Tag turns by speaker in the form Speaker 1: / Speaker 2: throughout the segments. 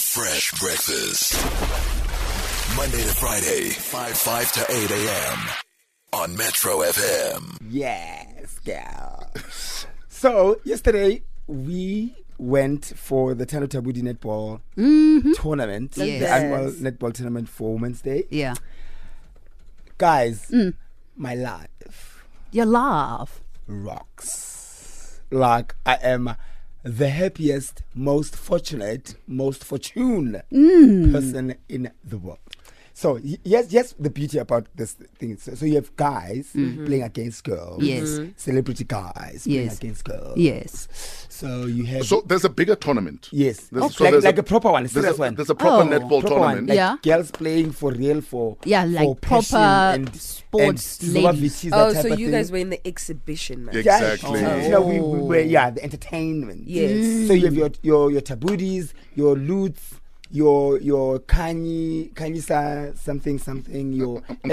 Speaker 1: Fresh breakfast. Monday to Friday, 5 5 to 8 a.m. on Metro FM.
Speaker 2: Yes, girl. so yesterday we went for the Tano Tabudi netball tournament,
Speaker 3: Mm-hmm. Yes.
Speaker 2: the annual netball tournament for Women's Day.
Speaker 3: Yeah. Mm.
Speaker 2: Guys, my life
Speaker 3: You laugh.
Speaker 2: rocks. Like I am the happiest, most fortunate, most fortuned
Speaker 3: Mm.
Speaker 2: person in the world. So y- yes, yes, the beauty about this thing. So, so you have guys playing against girls.
Speaker 3: Mm-hmm.
Speaker 2: Mm-hmm.
Speaker 3: Yes. Mhm.
Speaker 2: Celebrity guys playing
Speaker 3: Yes.
Speaker 2: against girls.
Speaker 3: Yes.
Speaker 2: So you have
Speaker 4: So there's a bigger tournament.
Speaker 2: yes,
Speaker 4: There's- so
Speaker 2: like,
Speaker 4: there's
Speaker 2: like a, proper one, a
Speaker 4: There's
Speaker 2: serious
Speaker 4: a,
Speaker 2: one,
Speaker 4: there's a proper
Speaker 3: Oh.
Speaker 4: netball
Speaker 2: proper one,
Speaker 4: tournament.
Speaker 2: like
Speaker 3: Yeah.
Speaker 2: girls playing for real for
Speaker 3: Yeah, like
Speaker 2: for passion
Speaker 3: proper
Speaker 2: and,
Speaker 3: sports
Speaker 2: and
Speaker 3: ladies.
Speaker 2: supervises, that
Speaker 5: Oh,
Speaker 2: type
Speaker 5: so
Speaker 2: of
Speaker 5: you
Speaker 2: thing.
Speaker 5: guys were in the exhibition, man.
Speaker 4: Yeah.
Speaker 2: Yeah,
Speaker 4: Exactly.
Speaker 2: You know, we, we were, yeah, the entertainment.
Speaker 5: Oh. Yes. Mm.
Speaker 2: So you have your your your tabudis, your lutes, your your kanyi kanyisa something something.
Speaker 4: Um,
Speaker 2: Your
Speaker 4: Uh,
Speaker 2: every-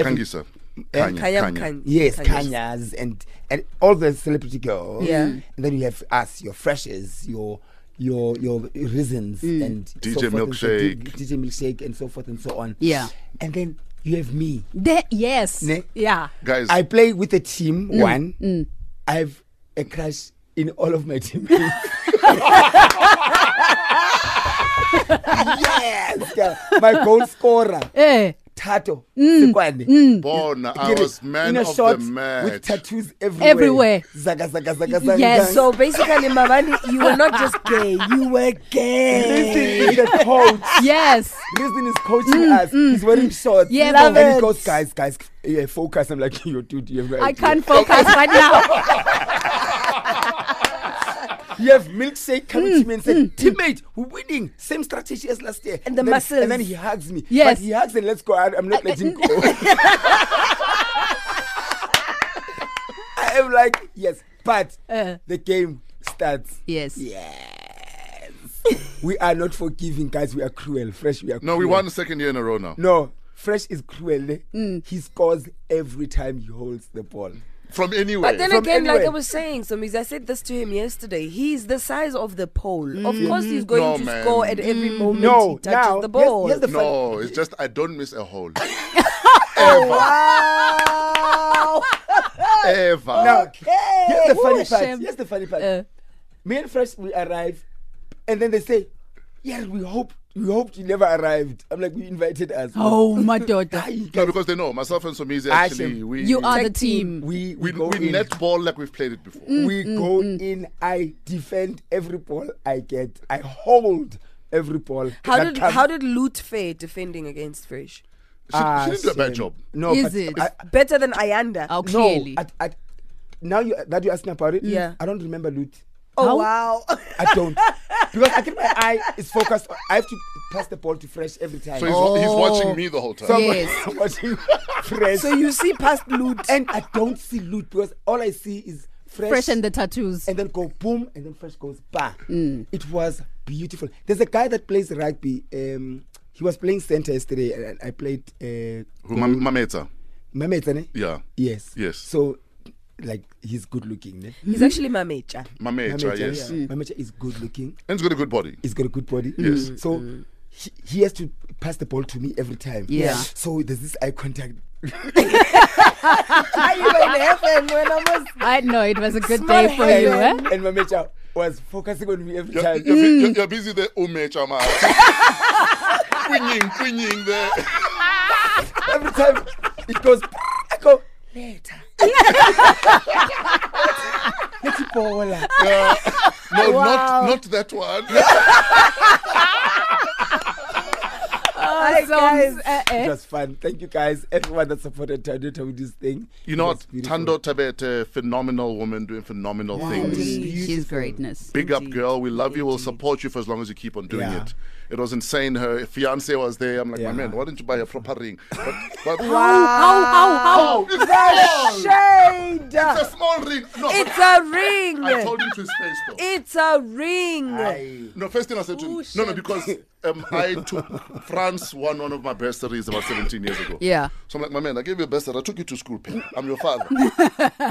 Speaker 2: Eh,
Speaker 4: Mkangisa. Kanya.
Speaker 5: Kanya,
Speaker 4: Kanya.
Speaker 5: Kanya.
Speaker 2: yes,
Speaker 5: Kanya.
Speaker 2: kanyas and and all the celebrity girls.
Speaker 5: Yeah.
Speaker 2: And
Speaker 5: Mm.
Speaker 2: then you have us, your freshers, your your your reasons
Speaker 5: Mm.
Speaker 2: and so
Speaker 4: DJ
Speaker 2: forth and so- D-
Speaker 4: Milkshake.
Speaker 2: DJ milkshake, and so forth and so on.
Speaker 3: Yeah.
Speaker 2: And then you have me.
Speaker 3: There, yes.
Speaker 2: Ne?
Speaker 3: Yeah.
Speaker 4: Guys, Mm.
Speaker 2: I play with a team one.
Speaker 3: Mm.
Speaker 2: I have a crush in all of my teammates. yes, girl. my goal scorer
Speaker 3: Eh.
Speaker 2: Tato Sikwane. Mm.
Speaker 4: Borna, I was man
Speaker 2: in a
Speaker 4: of
Speaker 2: short
Speaker 4: the match.
Speaker 2: with tattoos everywhere.
Speaker 3: Everywhere.
Speaker 2: Zaga, zaga, zaga, zaga.
Speaker 3: Yes.
Speaker 5: So basically, Mavandi, you were not just gay, you were gay.
Speaker 2: Reason is the coach.
Speaker 3: Yes.
Speaker 2: Reason is coaching us. He's wearing shorts.
Speaker 3: Mm, Yeah, Love
Speaker 2: and he
Speaker 3: it.
Speaker 2: goes, guys, guys, yeah, focus. I'm like, yo, dude, you have no
Speaker 3: I
Speaker 2: idea."
Speaker 3: can't focus right now.
Speaker 2: You have milkshake coming
Speaker 5: Mm,
Speaker 2: to me and said, teammate, we're winning. Same strategy as last year.
Speaker 5: And the
Speaker 2: then,
Speaker 5: muscles.
Speaker 2: And then he hugs me.
Speaker 3: Yes.
Speaker 2: But he hugs and let's go. I, I'm not letting go. I am like, yes. But
Speaker 3: Uh.
Speaker 2: the game starts.
Speaker 3: Yes.
Speaker 2: Yes. we are not forgiving, guys. We are cruel. Fresh, we are
Speaker 4: no, we
Speaker 2: cruel.
Speaker 4: won the second year in a row now.
Speaker 2: No, Fresh is cruel. eh?
Speaker 5: Mm.
Speaker 2: He scores every time he holds the ball.
Speaker 4: From anywhere.
Speaker 5: But then
Speaker 2: From
Speaker 5: again, like I
Speaker 2: anywhere.
Speaker 5: was saying, Somis, I said this to him yesterday. He's the size of the pole. Of course, he's going
Speaker 4: Mm. No,
Speaker 5: to
Speaker 4: man.
Speaker 5: score at every moment
Speaker 2: Mm. No,
Speaker 5: he touches
Speaker 2: now,
Speaker 5: the
Speaker 2: here's-
Speaker 5: ball.
Speaker 2: here's the fun-
Speaker 4: no, it's just I don't miss a hole. Ever.
Speaker 2: Now,
Speaker 4: Ever.
Speaker 2: here's the funny
Speaker 3: Ooh,
Speaker 2: part.
Speaker 3: shame.
Speaker 2: Here's the funny part.
Speaker 3: Uh.
Speaker 2: Me and Fresh, we arrive, and then they say, "Yeah, we hope we hoped you never arrived." I'm like, "You invited us."
Speaker 3: Oh, my daughter.
Speaker 2: Ah, you
Speaker 4: No,
Speaker 2: guys-
Speaker 4: because they know myself and Somizi
Speaker 2: Ah,
Speaker 4: actually
Speaker 2: shame.
Speaker 4: we
Speaker 3: You are the
Speaker 2: Tag team.
Speaker 3: team.
Speaker 2: We we,
Speaker 4: we,
Speaker 2: go
Speaker 4: we
Speaker 2: in. Mm.
Speaker 4: netball like we've played it before.
Speaker 2: we go in. I defend every ball I get. I hold every ball.
Speaker 5: how
Speaker 2: that
Speaker 5: did
Speaker 2: comes.
Speaker 5: how did Lute fare defending against Fresh?
Speaker 4: She,
Speaker 2: Ah,
Speaker 4: she didn't do a bad
Speaker 2: shame.
Speaker 4: job.
Speaker 2: No,
Speaker 3: Is
Speaker 2: but
Speaker 3: it?
Speaker 2: I,
Speaker 5: Better than Ayanda.
Speaker 3: Oh,
Speaker 2: no,
Speaker 3: clearly.
Speaker 2: I- I- now you that you asked me about it.
Speaker 5: Yeah.
Speaker 2: I don't remember loot.
Speaker 5: oh
Speaker 3: How-
Speaker 5: wow!
Speaker 2: I don't because I keep my eye is focused. on- I have to pass the ball to Fresh every time.
Speaker 4: So he's, wa- he's
Speaker 3: Oh.
Speaker 4: watching me the whole time.
Speaker 2: So I'm
Speaker 3: Yes.
Speaker 2: watching Fresh.
Speaker 5: so you see past Lute.
Speaker 2: and I don't see loot because all I see is fresh,
Speaker 3: Fresh and the Mm. tattoos.
Speaker 2: and then go boom, and then fresh goes bah. It was beautiful. There's a guy that plays rugby. Um, he was playing center yesterday, and and I played. Uh,
Speaker 4: Who, Ma- Mameta?
Speaker 2: Mehmet, isn't it?
Speaker 4: Yeah.
Speaker 2: Yes.
Speaker 4: Yes.
Speaker 2: So, like, he's good looking. Ne?
Speaker 5: He's actually my major.
Speaker 4: Mameta,
Speaker 2: Mehmet,
Speaker 4: yes.
Speaker 3: Mm.
Speaker 2: yeah. Mehmet is good looking.
Speaker 4: And he's got a good body.
Speaker 2: He's got a good body.
Speaker 4: Yes.
Speaker 2: So. He, he has to pass the ball to me every time.
Speaker 3: Mm. Yeah.
Speaker 2: So there's this eye contact.
Speaker 5: Are you in heaven when I was
Speaker 3: I know it was a good
Speaker 5: Small
Speaker 3: day for
Speaker 2: and,
Speaker 3: you, eh?
Speaker 2: and my mentor was focusing on me every
Speaker 4: You're,
Speaker 2: time.
Speaker 4: you're, bu- you're, you're busy there, oh, Ume Chama. Quinging, quinging there.
Speaker 2: every time it goes, I go, later. Let's ball.
Speaker 4: Uh, no, not not that one.
Speaker 3: Oh, so,
Speaker 5: guys.
Speaker 3: eh, eh.
Speaker 2: It was fun. Thank you guys, everyone that supported Tandota with this thing.
Speaker 4: You know
Speaker 2: It
Speaker 4: what?
Speaker 2: was beautiful.
Speaker 4: Tando Tabete, phenomenal woman doing phenomenal things.
Speaker 3: She's greatness.
Speaker 4: Big up, girl. We love you. We'll support you for as long as you keep on doing
Speaker 2: Yeah.
Speaker 4: it. It was insane. Her fiance was there. I'm like,
Speaker 2: Yeah.
Speaker 4: my man, why didn't you buy a proper ring? But, but
Speaker 3: How, how, how?
Speaker 4: It's a small-
Speaker 5: shade?
Speaker 4: it's a small ring. No,
Speaker 5: It's a ring.
Speaker 4: I told him to his face though.
Speaker 5: It's a ring.
Speaker 4: No, first thing I said to him,
Speaker 5: Ooh,
Speaker 4: no, no,
Speaker 5: shit.
Speaker 4: because um, I took France won one of my bursaries about 17 years ago.
Speaker 3: Yeah.
Speaker 4: So I'm like, my man, I gave you a bursary. I took you to school. pal. I'm your father.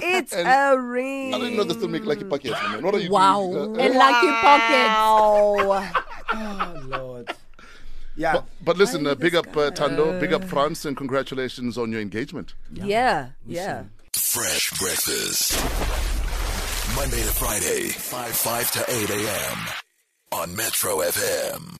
Speaker 5: It's
Speaker 4: And-
Speaker 5: a
Speaker 4: I didn't know
Speaker 5: ring.
Speaker 4: they still make lucky packets, my man. What are you
Speaker 3: Wow.
Speaker 4: doing? Uh, uh,
Speaker 3: And lucky pockets.
Speaker 5: Wow.
Speaker 2: Oh, Lord. Yeah.
Speaker 4: But, but listen,
Speaker 5: Why
Speaker 4: uh, big
Speaker 5: this
Speaker 4: up uh, Tando, big up France, and congratulations on your engagement.
Speaker 5: Yeah, yeah. yeah.
Speaker 1: Fresh breakfast. Monday to Friday, 5 5 to 8 a.m. on Metro FM.